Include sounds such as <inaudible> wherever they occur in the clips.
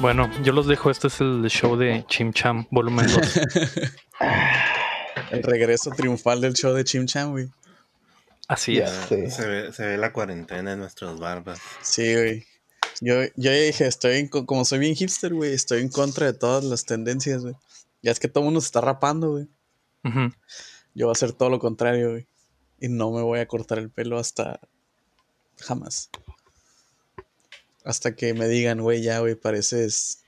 Bueno, yo los dejo. Este es el show de Chim Cham, volumen 2. <laughs> El regreso triunfal del show de Chim Cham, güey. Así Ya, es. se, ve, se ve la cuarentena en nuestras barbas. Sí, güey. Yo, yo ya dije, estoy en co- como soy bien hipster, güey, estoy en contra de todas las tendencias, güey. Ya es que todo el mundo se está rapando, güey. Ujú. Yo voy a hacer todo lo contrario, güey. Y no me voy a cortar el pelo hasta... Jamás. Hasta que me digan, güey, ya, güey, pareces...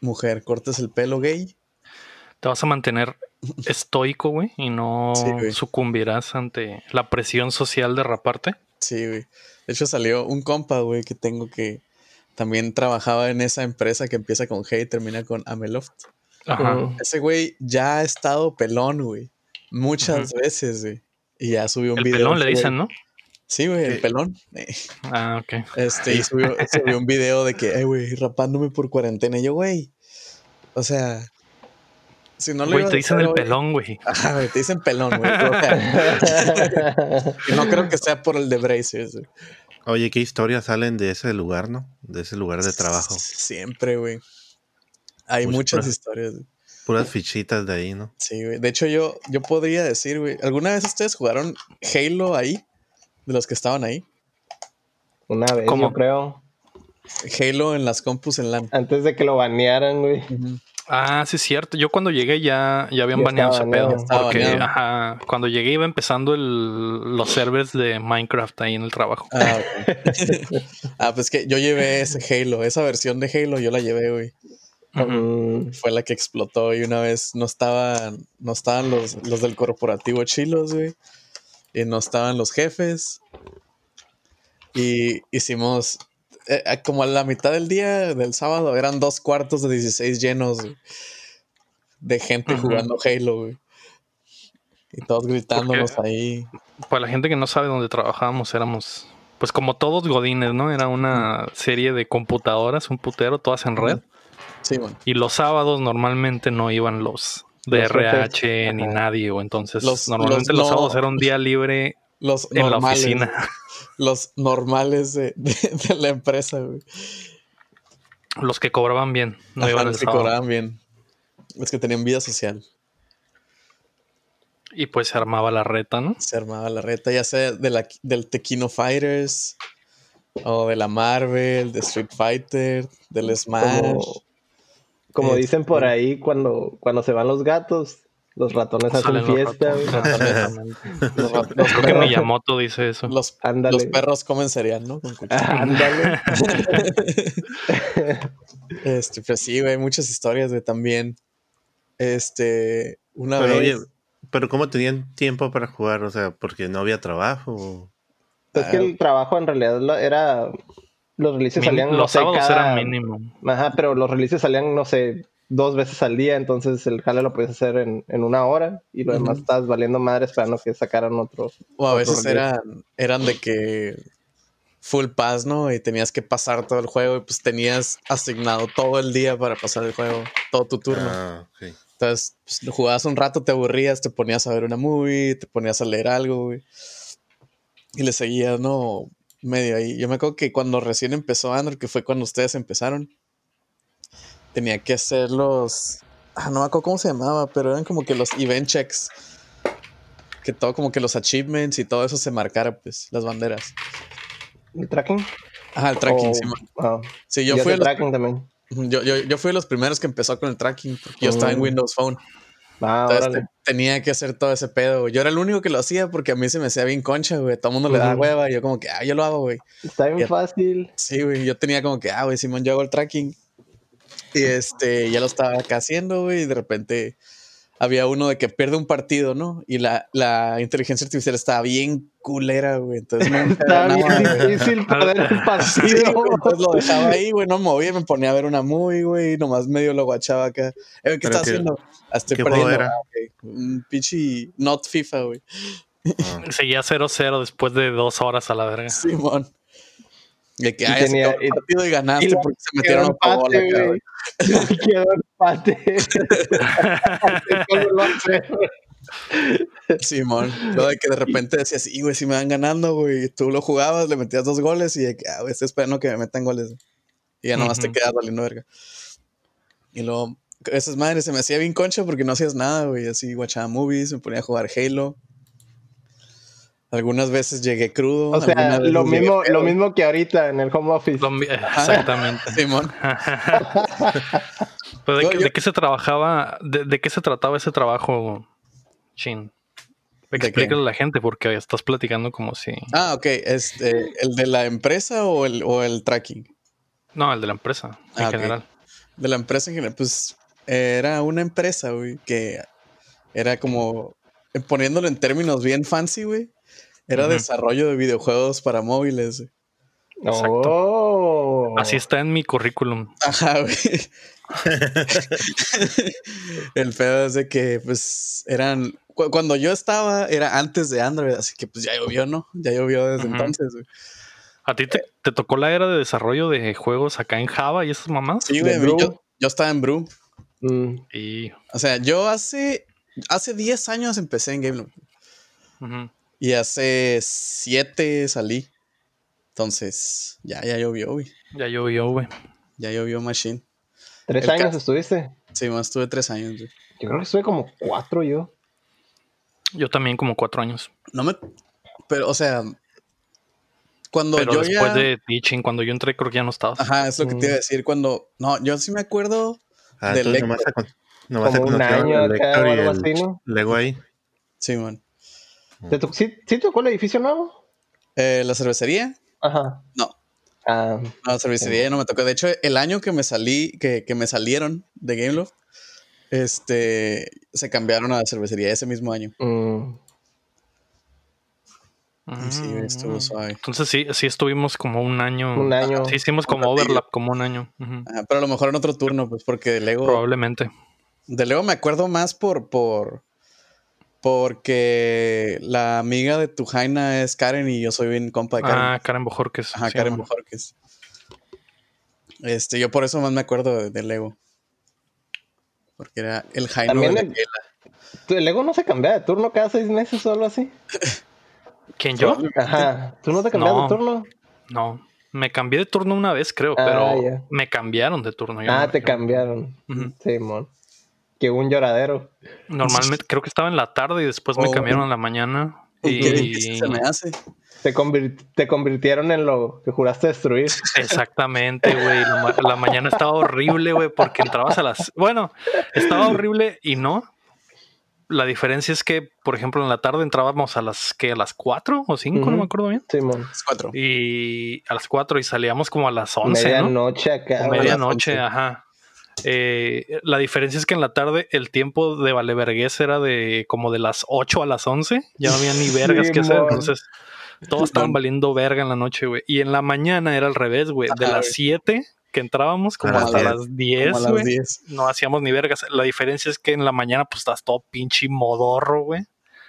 Mujer, cortes el pelo gay. Te vas a mantener estoico, güey, y no Sí, güey. sucumbirás ante la presión social de raparte. Sí, güey. De hecho, salió un compa, güey, que tengo que... También trabajaba en esa empresa que empieza con G y termina con Ameloft. Ajá. Ujú. Ese güey ya ha estado pelón, güey. Muchas veces, güey. Y ya subió un El video. pelón le güey. dicen, ¿no? Sí, güey, el Sí. pelón. Eh, Ah, ok. Este, y <laughs> subió, subió un video de que, eh, güey, rapándome por cuarentena. Y yo, güey. O sea, si no lo Güey, ibas te a dicen hacer, el güey- pelón, güey. Ajá, güey, te dicen pelón, güey. O sea, y no creo que sea por el de Braces, güey. Oye, ¿qué historias salen de ese lugar, no? De ese lugar de trabajo. Siempre, güey. Hay Muchas muchas gracias. historias, güey. Puras fichitas de ahí, ¿no? Sí, güey. De hecho, yo, yo podría decir, güey. ¿Alguna vez ustedes jugaron Halo ahí? De los que estaban ahí. <laughs> Una vez, ¿Cómo? yo creo. Halo en las compus en LAN. Antes de que lo banearan, güey. Ah, sí, es cierto. Yo cuando llegué ya, ya habían Ya baneado ese estaba baneado. pedo. Ya estaba Porque baneado. ajá, cuando llegué iba empezando el- los servers de Minecraft ahí en el trabajo. Ah, ok. <laughs> Ah, pues que yo llevé ese Halo, esa versión de Halo yo la llevé, güey. Ujú. Mm, Fue la que explotó y una vez no estaban, no estaban los, los del corporativo chilos, güey. Y no estaban los jefes. Y hicimos, eh, eh, como a la mitad del día del sábado, eran dos cuartos de 16 llenos güey, de gente Ajá. jugando Halo, güey. Y todos gritándonos Porque- ahí. Para la gente que no sabe dónde trabajábamos, éramos, pues como todos godines, ¿no? Era una serie de computadoras, un putero, todas en red. Sí, bueno. Y los sábados normalmente no iban los de Los jefes. RH ni Ajá. nadie, o entonces Los- normalmente los los, no- sábados era un día libre Los en la normales, oficina. <laughs> Los normales de, de- de la empresa, güey. Los que cobraban bien, no Ajá, iban el los que sábado. cobraban bien. Los que tenían vida social. Y pues se armaba la reta, ¿no? Se armaba la reta, ya sea de la, del Tequino Fighters, o de la Marvel, de Street Fighter, del Smash. como como Este- dicen por ahí, cuando, cuando se van los gatos, los ratones Salen hacen los fiesta, ratones, güey. <laughs> exactamente. Los, ra- los Creo que perros, Miyamoto dice eso. los- Ándale. los perros comen cereal, ¿no? Con Ah. cuchara. <laughs> Ándale. Este, pues sí, güey, muchas historias, güey, también. Este, una Pero, oye, vez. pero ¿cómo tenían tiempo para jugar? O sea, porque no había trabajo. o- es que el trabajo en realidad lo- era. Los releases Min- salían. no los sé, sábados cada- eran mínimo. Ajá, pero los releases salían, no sé, dos veces al día, entonces el jale lo podías hacer en, en una hora y lo demás Ujú. estabas valiendo madre esperando que sacaran otro. O a Otro veces release. eran, eran de que full pass, ¿no? Y tenías que pasar todo el juego y pues tenías asignado todo el día para pasar el juego, todo tu turno. Ah, <laughs> ok. Entonces, pues, lo jugabas un rato, te aburrías, te ponías a ver una movie, te ponías a leer algo, güey. Y le seguías, ¿no? Medio ahí. Yo me acuerdo que cuando recién empezó Android, que fue cuando ustedes empezaron, tenía que hacer los... Ah, no me acuerdo cómo se llamaba, pero eran como que los event checks. Que todo como que los achievements y todo eso se marcara, pues, las banderas. ¿El tracking? Ajá, el tracking. O- sí, man. ah, sí, yo yo fui, de los- tracking también. yo, yo, yo fui de los primeros que empezó con el tracking, porque yo estaba en Mm. Windows Phone. Ah, Entonces, órale. te- tenía que hacer todo ese pedo, güey. Yo era el único que lo hacía porque a mí se me hacía bien concha, güey. Todo el mundo le da Ujú. hueva y yo como que, ah, yo lo hago, güey. Está bien Ya. fácil. Sí, güey. Yo tenía como que, ah, güey, Simón, yo hago el tracking. Y este, ya lo estaba acá haciendo, güey. Y de repente había uno de que pierde un partido, ¿no? Y la, la inteligencia artificial estaba bien culera, güey. <laughs> Entonces, nunca Está ganaba, bien güey. <laughs> difícil perder el Sí, partido. güey, entonces lo dejaba ahí, güey, no me movía, me ponía a ver una movie, güey, y nomás medio lo guachaba acá. Eh, güey, ¿qué Pero estás qué- haciendo? Ah, estoy qué perdiendo. juego era? Ah, ok. Un pinche not FIFA, güey. Ah. Seguía 0-0 después de dos horas a la verga. Simón. De que, Ah. Y ay, tenía- tenía, el y- partido y ganaste y lo- porque se metieron Quedó a favor empate, acá, güey. <laughs> güey. Quedó <laughs> empate. ¿Cómo lo hace? Simón. Luego de que de repente decías, sí, güey, si me van ganando, güey. y Tú lo jugabas, le metías dos goles y de que, ah, güey, estoy esperando que me metan goles. Y ya nomás te Ujú. quedas valiendo verga. Y luego, esas madres se me hacía bien concha porque no hacías nada, güey. Así guachaba movies, me ponía a jugar Halo. Algunas veces llegué crudo. O sea, algunas veces lo llegué mismo, pedo. lo mismo que ahorita en el home office. Lo mi- <laughs> Exactamente. Simón. Pero de, Yo- qué- yo- de qué se trabajaba? De, de qué se trataba ese trabajo, Chin? qué? Explícale a la gente porque estás platicando como si. Ah, ok. Este, ¿El de la empresa o el, o el tracking? No, el de la empresa en Ah, ok. general. De la empresa en general, pues era una empresa, güey, que era como, eh, poniéndolo en términos bien fancy, güey, era Ujú. desarrollo de videojuegos para móviles. güey. Exacto. Oh. Así está en mi currículum. Ajá, güey. El pedo es de que, pues, eran, cu- cuando yo estaba, era antes de Android, así que pues ya llovió, ¿no? Ya llovió desde Ujú. entonces, güey. ¿A ti te, te tocó la era de desarrollo de juegos acá en Java y esas mamás? Sí, ¿De güey, Brew? yo, yo estaba en Brew. Mm. Y. O sea, yo hace, hace 10 años empecé en GameLoop. ujú. Y hace siete salí. Entonces, ya, ya llovió, güey. Ya llovió, güey. Ya llovió Machine. ¿Tres El años ca- estuviste? Sí, más estuve tres años, güey. Yo creo que estuve como cuatro yo. Yo también, como cuatro años. No me. Pero, o sea. Cuando Pero yo después ya. de ti, Chin, cuando yo entré, creo que ya no estabas. Ajá, es lo que te iba a decir. Cuando. No, yo sí me acuerdo. Ah, Del entonces nomás se, con- nomás se Como un conocieron año el acá Héctor o y algo el así, ¿no? Lego ahí. Sí, man. ¿Te to- sí, sí te tocó el edificio nuevo? Eh, ¿La cervecería? Ajá. No. Ah, No, la cervecería ya no me tocó. De hecho, el año que me salí, que, que me salieron de Gameloft, este, se cambiaron a la cervecería ese mismo año. mm. Mm. Sí, estuvo suave. Entonces sí, sí estuvimos como un año. Un ah, año. Sí hicimos como Compartido. Ah, overlap, como un año. Ujú. Ajá, pero a lo mejor en otro turno, pues porque el ego... Probablemente. De Leo me acuerdo más por, por, porque la amiga de tu Jaina es Karen y yo soy bien compa de Karen. Ah, Karen Bojorquez. Ajá, sí, Karen mamá. Bojorquez. Este, yo por eso más me acuerdo de, de Lego. Porque era el Jaino También de el- Gabriela. ¿Tú- ¿El ego no se cambia de turno cada seis meses o algo así? ¿Quién yo? Ajá. ¿Tú no te cambias No. de turno? No. Me cambié de turno una vez, creo, Ah, pero ya. me cambiaron de turno. yo ah, no- te yo- cambiaron. Ujú. Sí, mon. Que un lloradero. Normalmente creo que estaba en la tarde y después me Oh. cambiaron a la mañana. <laughs> Y... Qué difícil Y se me <laughs> hace. Te, convir- te convirtieron en lo que juraste destruir. exactamente, güey. La, ma- la mañana estaba horrible, güey, porque entrabas a las. Bueno, estaba horrible y no. La diferencia es que, por ejemplo, en la tarde entrábamos a las que a las 4 o 5, no Ujú. me acuerdo bien. Sí, mon. Es cuatro. y a las 4 y salíamos como a las 11, ¿no? Medianoche acá. O güey. media- Medianoche, once. ajá. Eh, la diferencia es que en la tarde el tiempo de Valevergués era de como de las 8 a las 11. Ya no había <laughs> ni vergas que hacer. Simón. Entonces, todos estaban Simón. valiendo verga en la noche, güey. Y en la mañana era al revés, güey. De Ajá, las güey. 7 que entrábamos como A las hasta 10. las Como 10, a las güey. 10. No hacíamos ni vergas. La diferencia es que en la mañana pues estás todo pinche modorro, güey.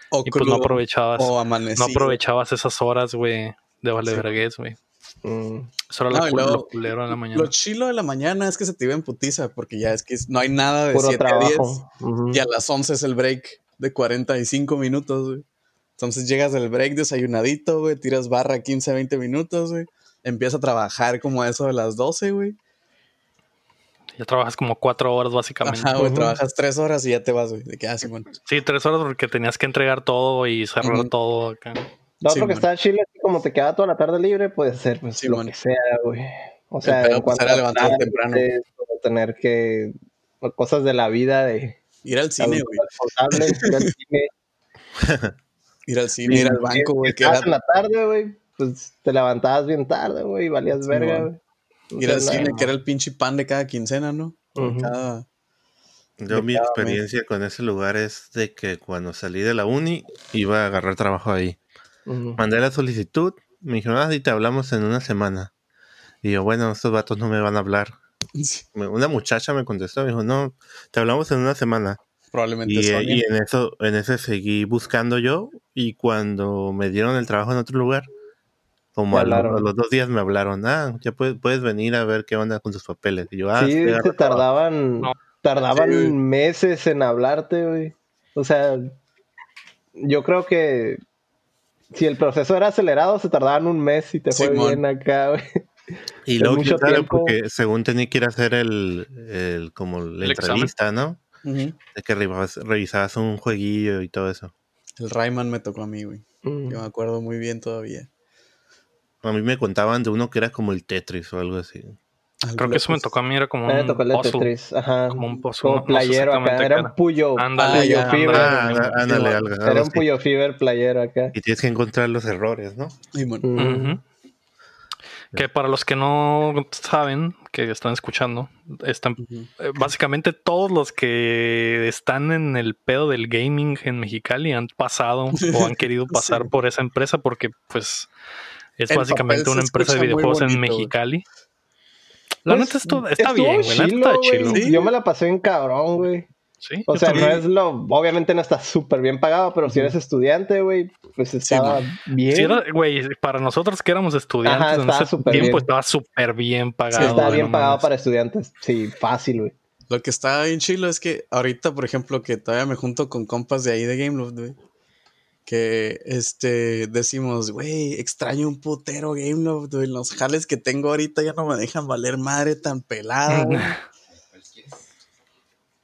O Y pues no crudo, aprovechabas. O amanecido. No aprovechabas esas horas, güey, de Valevergués, güey. Mm. Eso era No, la y cul- luego- lo culero de la mañana. Lo chilo de la mañana es que se te iba en putiza, porque ya es que no hay nada de Puro 7 a 10. trabajo. Ujú. Y a las 11 es el break de 45 minutos, güey. Entonces llegas del break desayunadito, güey, tiras barra 15, 20 minutos, güey. Empieza a trabajar como a eso de las 12, güey. Ya trabajas como cuatro horas básicamente. Ajá, güey, Ujú. trabajas tres horas y ya te vas, güey. De que, ah, Simón. Sí, tres horas porque tenías que entregar todo y cerrar Ujú. todo acá. Lo Sí, otro mon. que está chile, es que como te queda toda la tarde libre, puedes hacer pues, Sí, lo mon. que sea, güey. O sea, pedo, pues, en cuanto era a levantar planes, temprano. o tener que o cosas de la vida de Ir al cine, adulto güey. responsable, ir al cine. Ir al cine, ir al Y- banco, y- güey. y que estabas era- en la tarde, güey, pues te levantabas bien tarde, güey, y valías Sí, verga, mon. güey. No Ir al sé, cine, nada. que era el pinche pan de cada quincena, ¿no? Por Ujú. cada- <laughs> Yo mi experiencia con ese lugar es de que cuando salí de la uni iba a agarrar trabajo ahí. Ujú. Mandé la solicitud, me dijeron, ah, y te hablamos en una semana. Y yo, bueno, estos vatos no me van a hablar. Sí, Me- Una muchacha me contestó, me dijo, no, te hablamos en una semana. Probablemente Y, eh, Sony. y en eso, en ese seguí buscando yo y cuando me dieron el trabajo en otro lugar, como Te a, lo- hablaron. a los dos días me hablaron, ah, ya puedes, puedes venir a ver qué onda con tus papeles. Y yo, ah, Sí, sí, se agarro trabajo". tardaban, No. tardaban Sí, güey. meses en hablarte, güey. O sea, yo creo que si el proceso era acelerado, se tardaban un mes y te fue Simón. bien acá, güey. Y luego mucho quién sabe, tiempo. porque según tenía que ir a hacer el, el- como la El examen. entrevista, ¿no? De que revisabas, revisabas un jueguillo y todo eso. El Rayman me tocó a mí, güey. Mm. Yo me acuerdo muy bien todavía. A mí me contaban de uno que era como el Tetris o algo así. Al Creo que eso me Blockus. tocó a mí, era como A mí me un tocó el de puzzle. Tetris, ajá. como un puzzle, no- Como no sé playero acá, exactamente era qué un era. Puyo. Ándale, Ah, ya, Puyo Fever. Ah, ándale. á- ándale, sí, algo- algo Era un así. Puyo Fever playero acá. Y tienes que encontrar los errores, ¿no? Y bueno, Mm. Ujú. Que para los que no saben, que están escuchando, están ujú. eh, básicamente todos los que están en el pedo del gaming en Mexicali han <laughs> pasado o han querido pasar Sí. por esa empresa porque pues es El básicamente papel se una empresa de escucha muy videojuegos en bonito, güey. Mexicali. La Pues, neta esto está estuvo bien, güey. La neta está chilo, chilo. güey. güey. Sí. Yo me la pasé bien cabrón, güey. Sí, O yo sea, no también. es lo. Obviamente no está súper bien pagado, pero si eres estudiante, güey, pues estaba bien. Sí, era- güey, para nosotros que éramos estudiantes Ajá, en estaba ese súper tiempo bien. estaba súper bien pagado. Sí, estaba güey, bien Ah, no pagado mames. para estudiantes. Sí, fácil, güey. Lo que está bien chilo es que ahorita, por ejemplo, que todavía me junto con compas de ahí de Gameloft, güey. Que este decimos, güey, extraño un putero Gameloft, güey. Los jales que tengo ahorita ya no me dejan valer madre tan pelada. güey.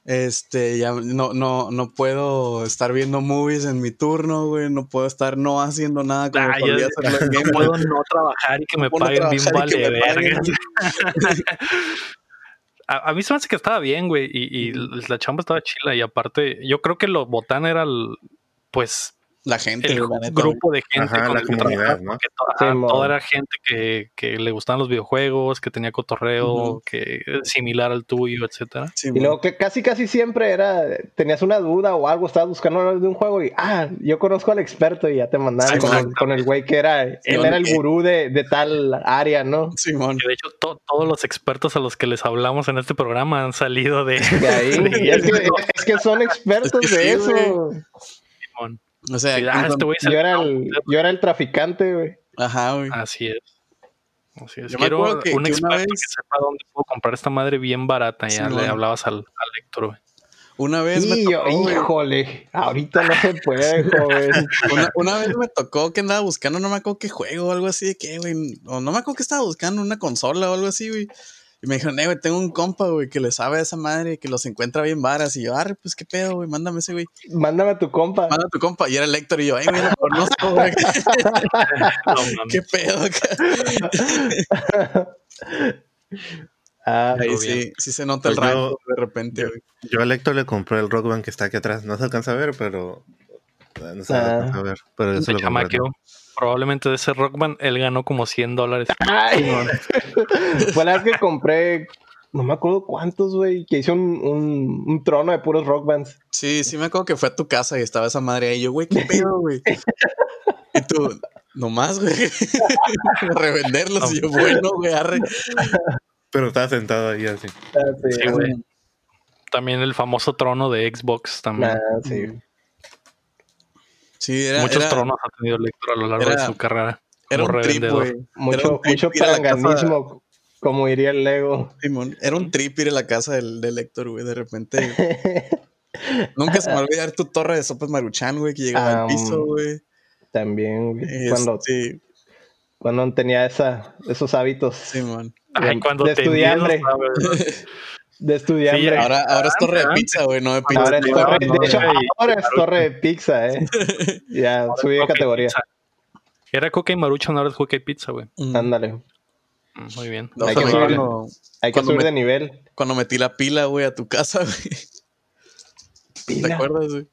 Este, ya no, no, no puedo estar viendo movies en mi turno, güey. No puedo estar no haciendo nada como Ah, ya- podría hacerlo <laughs> en Gameloft. puedo no trabajar y que me Puedo paguen bien trabajar y vale que me paguen. verga. A, a mí se me hace que estaba bien, güey, y, y la chamba estaba chila. Y aparte, yo creo que lo botán era el, pues, La gente, el güey, la neta, güey. grupo de gente Ajá, con la el que comunidad, trabajaba, ¿no? porque to- ajá, Sí, mo. toda era gente que, que le gustaban los videojuegos, que tenía cotorreo, Ujú. que es similar al tuyo, etcétera. Sí, Y güey. luego que casi, casi siempre era. Tenías una duda o algo, estabas buscando algo de un juego y. Ah, yo conozco al experto y ya te mandaron Sí, con, el- exactamente. con el güey que era. Él era el gurú de, de tal área, ¿no? Simón. Que de hecho, to- todos los expertos a los que les hablamos en este programa han salido <laughs> de De ahí. es, que, es que son expertos Es que de sí, eso. Simón. O sea, Ah, cuando- este güey se- Yo era el, yo era el traficante, güey. ajá, güey. <laughs> Ah. Así es. Así es. Yo me Quiero acuerdo que- un que una experto que vez- sepa dónde puedo comprar esta madre bien barata. Ya Sí, le bueno. hablabas al, al lector, güey. Una vez me Y yo, tocó, güey. híjole, ahorita no se <laughs> puede, joven. Una, una vez me tocó que andaba buscando, no me acuerdo qué juego o algo así de qué, güey. O no me acuerdo que estaba buscando una consola o algo así, güey. Y me dijeron, eh, güey, tengo un compa, güey, que le sabe a esa madre, que los encuentra bien varas. Y yo, arre, pues qué pedo, güey, mándame ese, güey. Mándame a tu compa. Manda a tu compa. Y era el Héctor y yo, ay, güey, lo conozco, güey. <laughs> Ah, No mames. qué <laughs> pedo, acá. Ah, Ahí Muy bien. sí, sí se nota el Pues yo- rango de repente, güey. Yo a Héctor le compré el Rock Band que está aquí atrás. No se alcanza a ver, pero. eh, No se Ah. alcanza a ver. Pero yo se Se lo compré. chamaqueó. Probablemente de ese Rockman él ganó como 100 dólares. ay. <laughs> Fue la vez que compré, no me acuerdo cuántos, güey, que hice un, un, un trono de puros rock bands. Sí, sí me acuerdo que fue a tu casa y estaba esa madre ahí. Yo, güey, qué pedo, <laughs> güey. Y tú, nomás, güey. <laughs> Para revenderlos. Y yo, bueno, güey, arre. Pero estaba sentado ahí así. Ah, Sí, güey. También el famoso trono de Xbox. También. Nah, Ah, sí. Sí, era, Muchos era, tronos ha tenido Lector a lo largo de era- su carrera. era como un trip, revendedor. güey. Era Mucho, un mucho trip ir a la casa- palanganismo, como diría el Lego. <laughs> Simón, Era un trip ir a la casa del, del Héctor, güey. De repente, nunca se me va a olvidar tu torre de sopas maruchan, güey, que llegaba Ah, al piso, güey. Este, También, güey. Cuando, Sí, cuando tenía esa, esos hábitos Simón. Ay, cuando de te estudiante. envías, <laughs> ¿sabes? de estudiante. Sí, Ahora, ahora es torre de pizza, güey, no de pizza. Eh, Ahora No, es torre, no, de hecho, güey. ahora es torre de pizza, <laughs> eh. Ya subí de Coca y categoría. pizza. Era Coca y Maruchan, ahora es Coca y Pizza, güey. Mm. Ándale. Mm, Muy bien. No, Hay se que me subirle. acuerdo Hay que Cuando subir me- de nivel. cuando metí la pila, güey, a tu casa, güey. <laughs> ¿Te Pila. acuerdas, güey?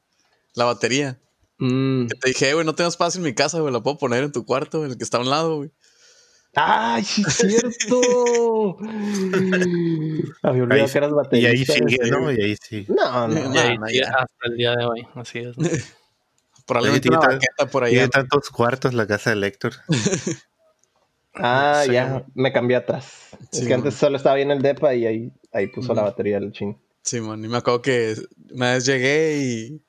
La batería. Mm. Que te dije, "Eh, güey, no tengo espacio en mi casa, güey, la puedo poner en tu cuarto, el que está a un lado, güey. ¡Ay, sí es cierto! <laughs> Había olvidado Ahí- que eras Y baterista. ahí sigue, güey. ¿no? Y ahí sigue. No, no. Y ahí no, sigue ya. hasta el día de hoy. Así es. <laughs> ¿no? Probablemente una Ahorita- banqueta por Tiene allá. tantos cuartos la casa <laughs> de Héctor. Ah, Sí, ya, güey. me cambié atrás. es Sí, que antes solo estaba bien el depa y ahí, ahí puso la batería el ching. Simón, y me acuerdo que una vez llegué y,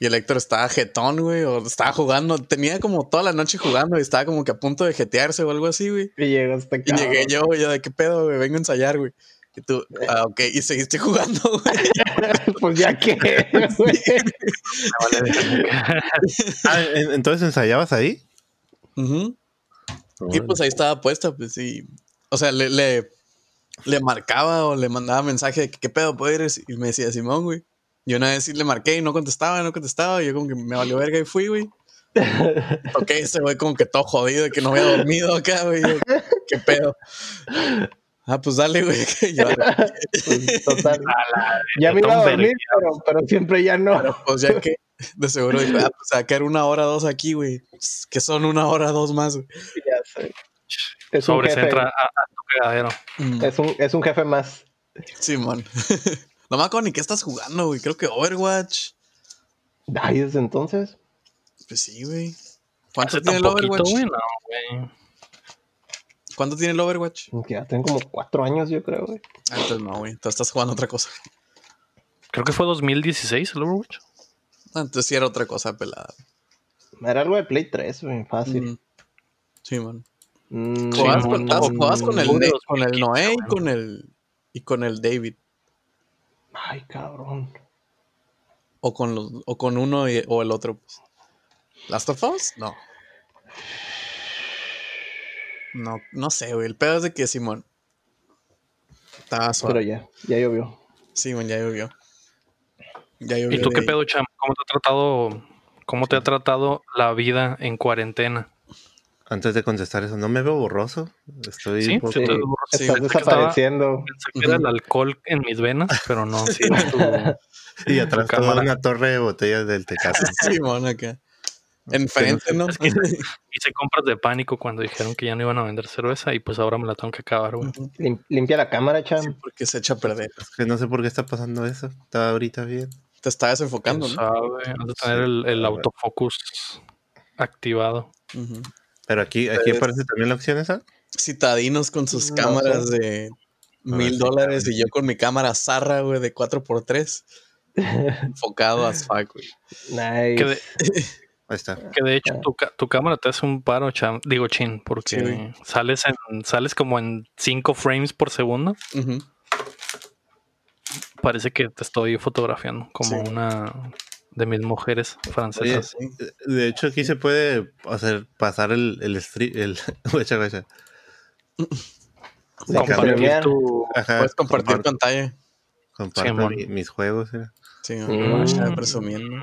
y el Héctor estaba jetón, güey, o estaba jugando, tenía como toda la noche jugando y estaba como que a punto de jetearse o algo así, güey. Y llegó este Y cabrón. llegué yo, güey, yo de qué pedo, güey, vengo a ensayar, güey. Y tú, ah, ok, y seguiste jugando, <laughs> güey. <laughs> pues <laughs> ya que, güey. Ah, ¿en- entonces ensayabas ahí. Ujú. Y pues ahí estaba puesta, pues sí. o sea, le, le, le marcaba o le mandaba mensaje de que qué pedo puedo ir y me decía Simón, güey. Yo una vez sí le marqué y no contestaba, no contestaba, y yo como que me valió verga y fui, güey. Ok, ese güey como que todo jodido, que no había dormido acá, güey. Yo, ¿Qué pedo? Ah, pues dale, güey. <laughs> que yo, Pues, total. A la- Ya me iba a Tom dormir, Berg. pero, pero siempre ya no. pues ya que de seguro digo, ah, pues acá era una hora dos aquí, güey. Pues, Que son una hora dos más, güey. Ya sé. Es un, jefe, Sobrecentra a, a tu cagadero. Mm, es, un, es un jefe más. Simón. <laughs> no me acuerdo ni qué estás jugando, güey. Creo que Overwatch. Ay, desde entonces. Pues sí, güey. Hace ¿Cuánto tiene tan el poquito, Overwatch? güey. No, güey. ¿Cuánto tiene el Overwatch? Que ya tienen como cuatro años, yo creo, güey. Ah, entonces no, güey. Tú estás jugando otra cosa. <laughs> Creo que fue 2016 el Overwatch. Ah, Entonces sí era otra cosa pelada. Era algo de Play 3, güey, fácil. Mm. Sí, man. Mm, Jugabas no, con, no, estabas- jugabas con el, no, Ne- no, con el no, Noé y no. con el, y con el David. Ay, cabrón. O con, los, o con uno y- o el otro. pues. ¿Last of Us? No. No, no sé, güey. El pedo es de que Simón. Estaba Pero suave. ya, ya llovió. Simón ya llovió. Ya llovió. ¿Y tú de qué ahí. pedo, Cham? ¿Cómo te ha tratado, cómo te ha tratado la vida en cuarentena? Antes de contestar eso, no me veo borroso. Estoy Sí, un poco- se Pues te- Sí, Estás pensé que estaba- desapareciendo. Pensé que era el alcohol en mis venas, pero no. Sí, es tu- y atrás tu toda cámara. una torre de botellas del Tecate. <laughs> <laughs> Simón acá. Enfrente, ¿no? Es que hice compras de pánico cuando dijeron que ya no iban a vender cerveza y pues ahora me la tengo que acabar, güey. Lim- limpia la cámara, Cham. Porque se echa a perder. Es que no sé por qué está pasando eso. Está ahorita bien. Te está desenfocando, ¿Quién ¿no? sabe? Has de tener Sí, el, el a ver. autofocus activado. Ujú. Pero aquí, aquí Ustedes- aparece también la opción esa. Citadinos con sus No, cámaras de mil sí, dólares y yo con mi cámara zarra, güey, de 4x3. Enfocado a fuck, güey. Nice. Que de, Ahí está. que de hecho tu, ca- tu cámara te hace un paro, Cham- digo chin, porque Sí, güey. sales en, sales como en 5 frames por segundo. Ujú. Parece que te estoy fotografiando como Sí. una de mis mujeres Oye, francesas. de hecho, aquí se puede hacer pasar el, el stream. El, <laughs> guacha, guacha. La Acá- compartí. Compartir cambiar. tu Ajá, Puedes compartir Ah, comparto- pantalla. comparto Simón. mi- mis juegos. mira. Sí, Mm. no está presumiendo.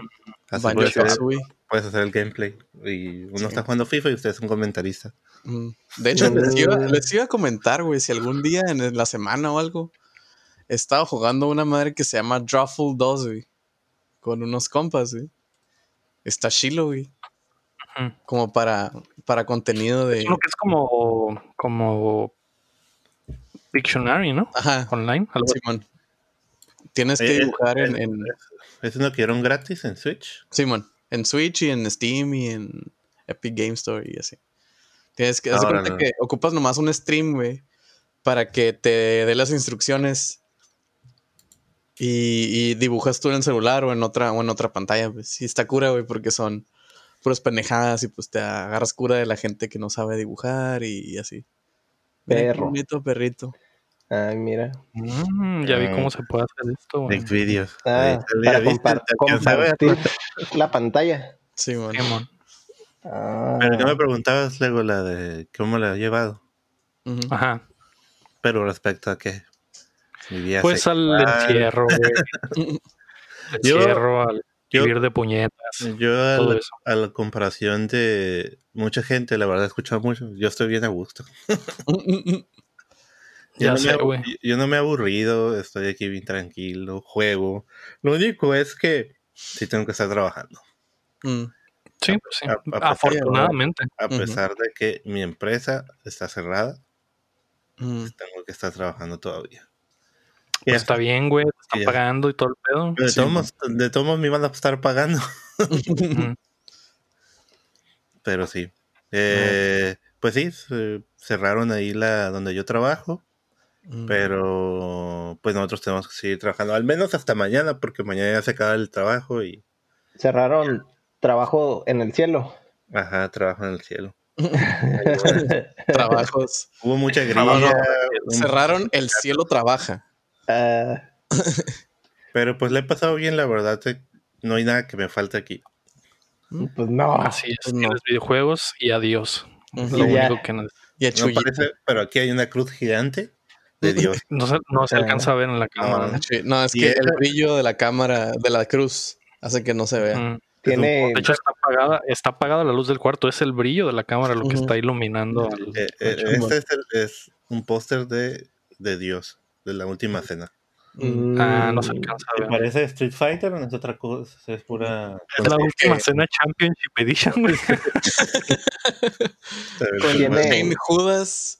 Así Baño puedes, hacer, Kazooie. puedes hacer el gameplay. Y uno Sí. está jugando FIFA y usted es un comentarista. Mm. De hecho, les iba, les iba a comentar, güey, si algún día en la semana o algo he estado jugando una madre que se llama Drawful 2, güey, con unos compas, güey. Está chilo, güey. Ujú. Como para, para contenido de. Uno que es como, como Pictionary, ¿no? Ajá, Online. algo así. Simón. Tienes que Eh, eh, dibujar en, eh, en- Es uno que dieron gratis en Switch. Simón, en Switch y en Steam y en Epic Game Store y así. Tienes que, haz de Ahora cuenta no. que ocupas nomás un stream, güey, para que te dé las instrucciones y, y dibujas tú en el celular o en otra, o en otra pantalla, pues. Sí, está cura, güey, porque son puras pendejadas y pues te agarras cura de la gente que no sabe dibujar y, y así. Mira qué Perro. bonito perrito. Ay, mira. Mm, ya vi cómo se puede hacer esto. güey. Next videos. Ah, para compar- compartir la pantalla. Sí, man. Simón. Ah, Pero no me preguntabas luego la de cómo la he llevado. Ujú. <laughs> Ajá. Pero respecto a qué. Mi día Pues sexual. al encierro, güey. Ah. <laughs> Yo- encierro, al yo- vivir de puñetas. Yo a todo la, eso. a la comparación de mucha gente, la verdad, he escuchado mucho. Yo estoy bien a gusto. Mm, Yo, Ya no, me, sé, güey. abu- yo no me he aburrido, estoy aquí bien tranquilo, juego. Lo único es que sí tengo que estar trabajando. Mm. Sí, pues sí. a- a- Afortunadamente. A Ujú. pesar de que mi empresa está cerrada, Mm. tengo que estar trabajando todavía. Pues Ya está bien, güey. Te están Ya. pagando y todo el pedo. Pero De Sí, todos modos- de todos modos me iban a estar pagando. Mm. <laughs> Pero sí. Eh, Pues sí, se- cerraron ahí la donde yo trabajo. Mm. Pero pues nosotros tenemos que seguir trabajando. Al menos hasta mañana, porque mañana ya se acaba el trabajo y Cerraron trabajo en el cielo. ajá, trabajo en el cielo. Trabajos. Hubo mucha grilla. Trabajo en el <laughs> un- Cerraron El Cielo Trabaja. Ah, Pero pues le he pasado bien, la verdad. te- No hay nada que me falte aquí. pues no. Así es. Ah, No. Tienes videojuegos y adiós. Es Ujú. lo Y ya. único que nos- Y a No Chuyito. parece, pero aquí hay una cruz gigante de Dios. No se, no se Ah. alcanza a ver en la cámara. A Chuy- No, es Y que esa- el brillo de la cámara, de la cruz, hace que no se vea. Mm. Tiene. De hecho, está apagada, está apagada la luz del cuarto. Es el brillo de la cámara lo que Ujú. está iluminando. al- Eh, eh, este es, el- es un póster de, de Dios, de la última cena. Mm, Ah, no se alcanza a ver. parece Street Fighter, no es otra cosa, es pura... <laughs> Es la Porque- última cena Championship Edition, güey. Tiene- Jaime Judas.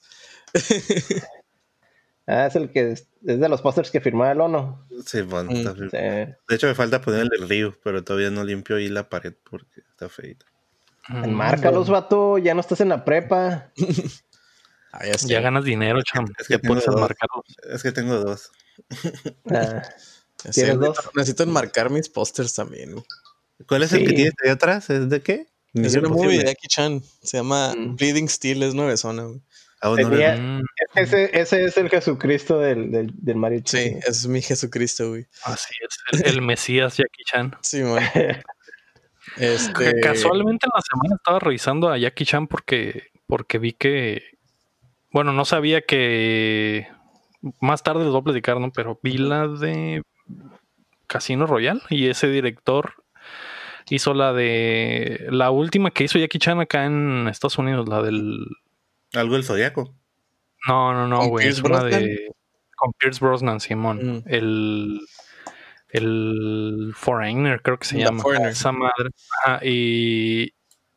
Ah, es el que. Es es de los pósters que firmaba el Ono. Sí, bueno, está feo. Sí. De hecho, me falta ponerle el río, pero todavía no limpio ahí la pared porque está feita. <laughs> Enmárcalos, vato. Ya no estás en la prepa. Ah, ya <laughs> está. Ya ganas dinero, cham. Es que Ya puedes tengo dos. enmarcarlos. Es que tengo dos. Ah, Ya ¿Tienes sé, güey. dos? Necesito enmarcar mis pósters también. güey. ¿Cuál es el Sí. que tienes ahí atrás? ¿Es de qué? Es Misión una movie de Imposible. Jackie Chan. Se llama Mm. Bleeding Steel, es nueve zona. güey. Ah, bueno, Tenía- no, Mm, <laughs> ese, ese es el Jesucristo del, del, del Mario. Sí, es mi Jesucristo, güey. así es. El, el Mesías Jackie Chan. Sí, <laughs> man. <laughs> Este, Casualmente en la semana estaba revisando a Jackie Chan porque, porque vi que. Bueno, no sabía que. Más tarde les voy a platicar, ¿no? Pero vi la de Casino Royal y ese director hizo la de. La última que hizo Jackie Chan acá en Estados Unidos, la del. algo del zodiaco. No, no, no, ¿Con güey. Pierce Es una Brosnan? de. Con Pierce Brosnan, Simón. Mm. El. El Foreigner, creo que se The llama. Foreigner. Esa madre. Ajá, y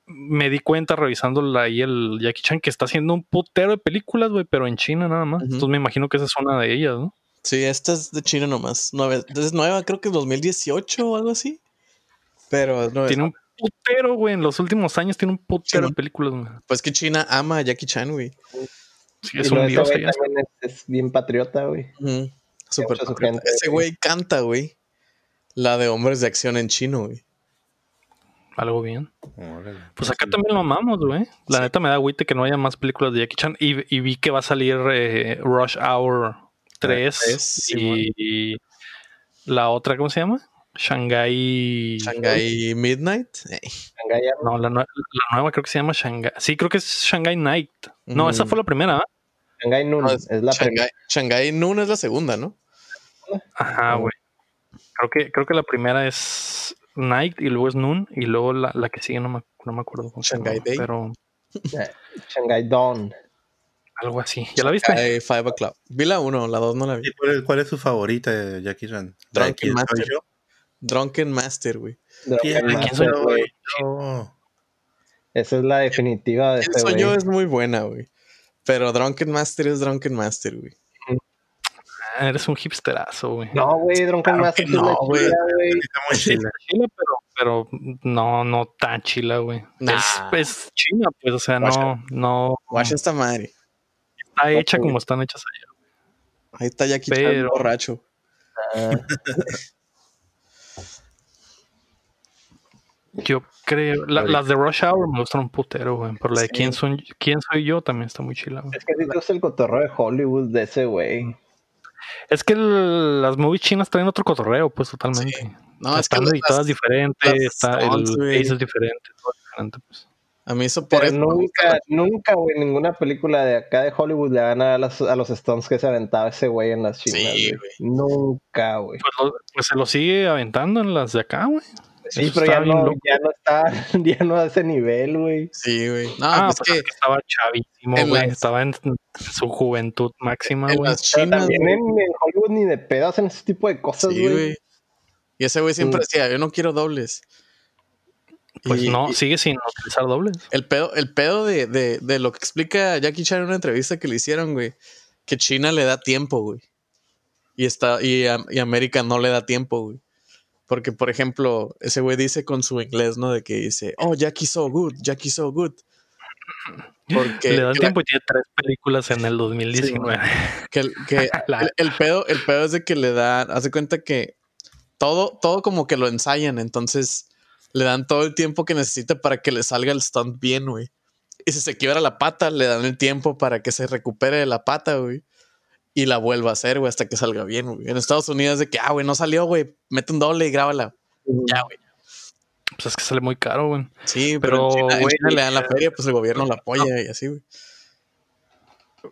me di cuenta revisando la- ahí el Jackie Chan que está haciendo un putero de películas, güey, pero en China nada más. Ujú. Entonces me imagino que esa es una de ellas, ¿no? Sí, esta es de China nomás. Nueve, es nueva, creo que es 2018 o algo así. Pero es nueva. Tiene un putero, güey. En los últimos años tiene un putero Pues, Sí. de películas, güey. Pues que China ama a Jackie Chan, güey. Sí, Y es lo un de ese dios güey allá. también es, es bien patriota, güey. Ujú. Súper mucha su patriota. gente, Ese güey canta, güey. La de hombres de acción en chino, güey. Algo bien. Órale. Pues acá también lo amamos, güey. La neta me da agüite que no haya más películas de Jackie Chan. Y, y vi que va a salir eh, Rush Hour 3 tres, Simón. y, y la otra, ¿cómo se llama? Shanghai. Shanghai Midnight. Eh, Shanghai Army. No, la, nue- la nueva creo que se llama Shanghai. Sí, creo que es Shanghai Night. No, esa Mm. fue la primera. ¿ah? Shanghai Noon. no, es, la primera. Shanghai, Shanghai Noon es la segunda, ¿no? Ajá, Mm. güey. Creo que, creo que la primera es Night y luego es Noon y luego la, la que sigue no me, no me acuerdo. cómo se Shanghai llama, Day. Pero Shanghai Dawn. algo así. ¿Ya la viste? Shanghai Five O'Clock. Vi la uno, la dos no la vi. ¿Y cuál, es- cuál es su favorita de Jackie Chan? ¿La de Drunken quién Master. soy yo? Drunken Master, güey. ¿Quién Dragon ¿Quién Master, soy soy güey. yo? Esa es la definitiva de ¿Quién este soy güey. yo? Es muy buena, güey. Pero Drunken Master es Drunken Master, güey. Ah, Eres un hipsterazo, güey. No, güey, Drunken Claro Master que es la no, güey. chida, güey. Está muy Sí, chila. está chila, pero, pero no, no tan chila, güey. Nah. Es, es china, pues, o sea, no, Guacha. no Guacha esta madre. está hecha güey. como están hechas allá. Ahí está Jackie Chan Pero- borracho. Ah, Yo creo, la- Ahorita. las de Rush Hour me gustan un putero, güey, pero la de Sí. quién soy, quién soy yo también está muy chila, güey. es que sí te gusta el cotorreo de Hollywood de ese güey. Es que el- las movies chinas traen otro cotorreo, pues, totalmente. No, es que están las- editadas diferentes, las está el sounds, güey. pace es diferente, todo es diferente, pues. a mí eso por Pero eso me gusta nunca, nunca, güey, ninguna película de acá de Hollywood le van a dar a, las- a los Stones que se aventaba ese güey en las Sí, chinas, güey. güey. Nunca, güey. Pues, lo- pues se lo sigue aventando en las de acá, güey. Sí, Eso pero ya está bien no, loco. ya no está, <laughs> ya no a ese nivel, güey. Sí, güey. No, Ah, pues pues es es que estaba chavísimo, en güey. las- Estaba en su juventud máxima, que en ah, güey. las Pero chinas, también güey, en, en Hollywood ni de pedo hacen ese tipo de cosas, sí, güey. güey. Y ese güey siempre Mm. decía, yo no quiero dobles. Pues Y- no, y sigue sin utilizar dobles. El pedo, el pedo de, de- de lo que explica Jackie Chan en una entrevista que le hicieron, güey, que China le da tiempo, güey. Y, está, y, a- y América no le da tiempo, güey. Porque, por ejemplo, ese güey dice con su inglés, ¿no? De que dice, oh, Jackie so good, Jackie so good. Porque Le dan que la- tiempo y tiene tres películas en el 2019. que, el- que La- el, el pedo, el pedo es de que le dan, hace cuenta que todo, todo como que lo ensayan, entonces le dan todo el tiempo que necesita para que le salga el stunt bien, güey. Y si se quiebra la pata, le dan el tiempo para que se recupere de la pata, güey. Y la vuelva a hacer, güey, hasta que salga bien, güey. En Estados Unidos es de que, ah, güey, no salió, güey, mete un doble y grábala. Ya, güey. Pues es que sale muy caro, güey. Sí, Pero, pero, en China, en güey, China le dan la feria, pues el gobierno la apoya y así, güey.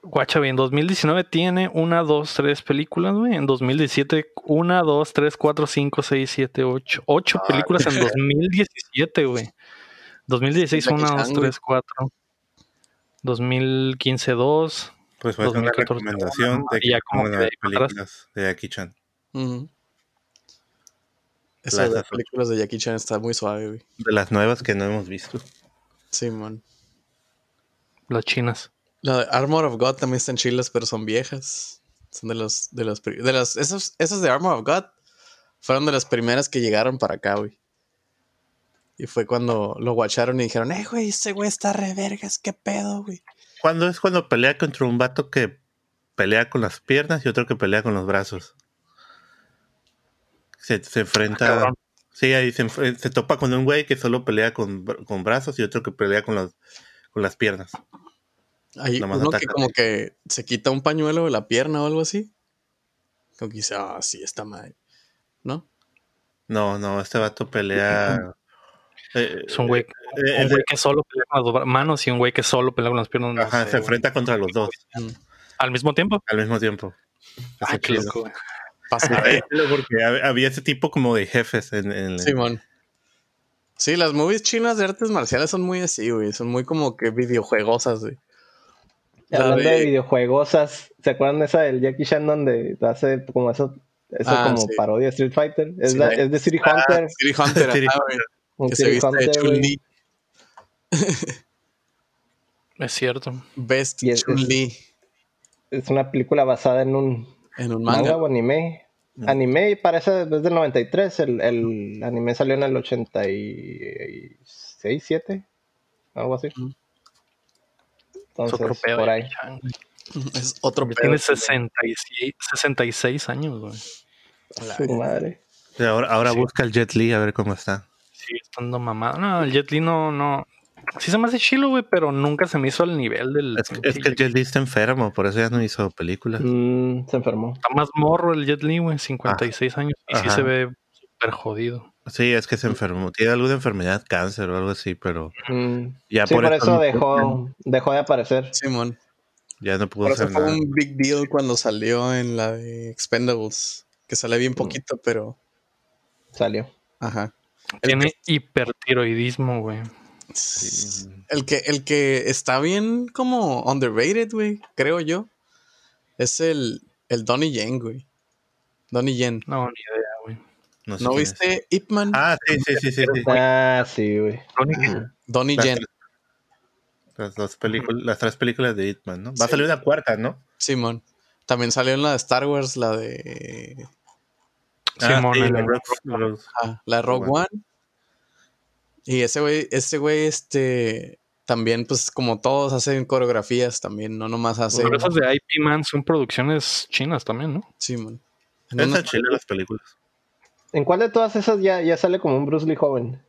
Guacha, en 2019 tiene una, dos, tres películas, güey. En 2017, una, dos, tres, cuatro, cinco, seis, siete, ocho. Ocho Ah, películas en <laughs> qué feo. 2017, güey. 2016, Pues Jackie una, dos, Chan, güey. tres, cuatro. 2015, dos. Pues fue una 2014, recomendación de y ya que como pongan que las de ahí para atrás. películas de Jackie Chan. Ujú. Eso La- de la- las películas de Jackie Chan está muy suave, güey. De las nuevas que no hemos visto. Sí, man. Las chinas. La de Armor of God también están chilas, pero son viejas. Son de los, de las, pri- de las, esas, esas de Armor of God fueron de las primeras que llegaron para acá, güey. Y fue cuando lo guacharon y dijeron, eh, güey, ese güey está re vergas, qué pedo, güey. ¿Cuándo es cuando pelea contra un vato que pelea con las piernas y otro que pelea con los brazos? Se, se enfrenta. Ah, Cabrón. sí, ahí se, enf- se topa con un güey que solo pelea con, br- con brazos y otro que pelea con, los, con las piernas. Hay Nomás uno que atácate. como que se quita un pañuelo de la pierna o algo así. Como que dice, ah, sí, está mal. ¿No? No, no, este vato pelea. eh, Es un güey, eh, un el de- güey que solo pelea con las dos manos y un güey que solo pelea con las piernas. no ajá, sé, se güey. enfrenta contra los dos Mm. Al mismo tiempo. al mismo tiempo. Ay, Está Ah, qué chido. loco, güey. Pasa. <laughs> A ver, porque hab- había ese tipo como de jefes en, en- Simón. Sí, las movies chinas de artes marciales son muy así, güey. Son muy como que videojuegosas, güey. Y Hablando La de de- videojuegosas, ¿se acuerdan de esa del Jackie Chan donde hace como eso, eso Ah, como sí. parodia de Street Fighter? Es, Sí, la- ahí. es de City Hunter. <laughs> City Hunter, City ajá, güey, un que se City viste de Hunter, güey. Chun-Li. Es cierto. Best Y es- Chun-Li Es una película basada en un en un manga, manga. o anime. Mm. Anime parece desde el 93. El, el anime salió en el 86, 7, algo así. Mm. Es otro Entonces, pedo. por ahí. Jackie Chan. Es otro pedo. Tiene 66, 66 años, güey. la Su madre. Sí, ahora ahora Sí. busca el Jet Li a ver cómo está. Sí, estando mamado. No, el Jet Li no, no. Sí se me hace chilo, güey, pero nunca se me hizo al nivel del. Es, que- es que el Jet Li está enfermo, por eso ya no hizo películas. Mm, se enfermó. Está más morro el Jet Li, güey, 56 años. Y sí Ajá. se ve súper jodido. Sí, es que se enfermó. Tiene alguna enfermedad, cáncer o algo así, pero Mm. ya Sí, por, eso no- dejó, dejó de aparecer. Simón. Ya no pudo Por eso hacer fue nada. un big deal cuando salió en la de Expendables. Que sale Mm. bien poquito, pero. Salió. Ajá. El Tiene hipertiroidismo, güey. Sí. El que, el que está bien como underrated, güey, creo yo. Es el, el Donnie Yen, güey. Donnie Yen. No, ni idea, güey. No, sé ¿No quién es. viste Ip Man? Ah, sí, sí, sí, sí. sí. Ah, sí, güey. Tony, que- Donnie Las, Yen, las dos películas, las tres películas de Hitman, ¿no? Va a Sí. salir una cuarta, ¿no? Simón. También salió en la de Star Wars, la de. Ah, Simón, sí, el- la Rock- Rock- ah, la de Rogue Bueno. One. Y ese güey, ese güey, este. También, pues, como todos hacen coreografías también, no nomás hace. Pero esas de IP Man son producciones chinas también, ¿no? Simón. En Están una- chidas las películas. ¿En cuál de todas esas ya, ya sale como un Bruce Lee joven?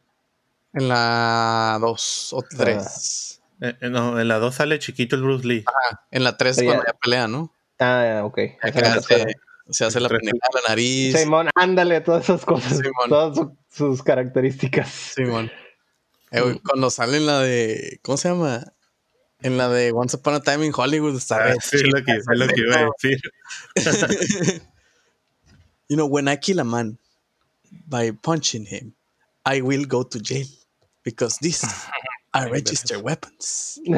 en la 2 o 3. Eh, eh, no, en la dos sale chiquito el Bruce Lee. En la 3 Sí, cuando ya. ya pelea, ¿no? Ah, ok. Esa es Acá la tercera. se, se hace la Tres. pendejada de la nariz. Simón, ándale, todas esas cosas, Simón. todas su- sus características. Simón. Eh, güey, cuando sale en la de. ¿Cómo se llama? En la de Once Upon a Time in Hollywood, Ah, ¿sabes? sí, <laughs> es lo que, es lo que iba a decir. You know, when I kill a man by punching him, I will go to jail because <laughs> these are registered weapons. El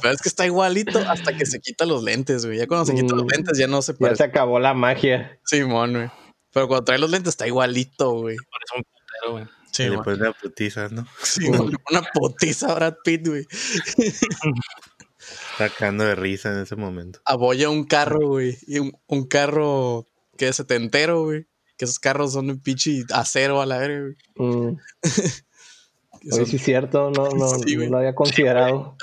peor es que está igualito hasta que se quita los lentes, güey. Ya cuando se quita los Mm. lentes ya no se ya se parece. acabó la magia. Simón, güey. Pero cuando trae los lentes está igualito, güey. Parece un putero, güey. Y le Simón. ponen la putiza, ¿no? pues. Simón, una potiza a Brad Pitt, güey. Sacando de risa en ese momento. aboya un carro, güey. Y un, un carro que es setentero, güey. Que esos carros son un pinche acero a la verga, güey. Mm, Que oye, son- sí es <laughs> cierto, no, no, Sí, güey. no lo había considerado.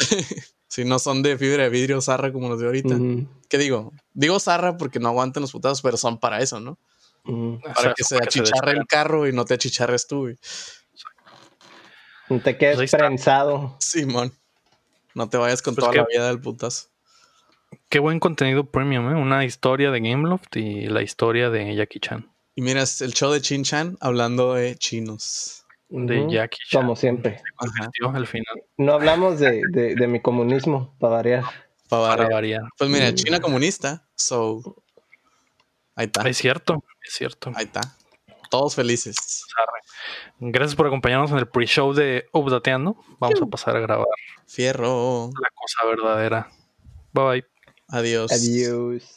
Si no son de fibra de vidrio zarra como los de ahorita. Mm, ¿Qué digo? Digo zarra porque no aguantan los putazos, pero son para eso, ¿no? mm. O Para sea, que eso se achicharre el carro y no te achicharres tú, güey. No mm. Te Pues ahí quedes está. prensado. Simón. No te vayas con Pues toda que- la vida del putazo. Qué buen contenido premium, ¿eh? Una historia de Gameloft y la historia de Jackie Chan. Y miras el show de Chin Chan hablando de chinos. De Ujú, Jackie Chan. Como siempre. Ajá. Dios, al final. No hablamos de, de- de mi comunismo, para variar. pa' para variar. variar. Pues mira, China comunista, so. Ahí está, Es cierto, es cierto. ahí está. Todos felices. Gracias por acompañarnos en el pre-show de Updateando. Vamos a pasar a grabar Fierro. la cosa verdadera. Bye bye. Adiós. Adiós.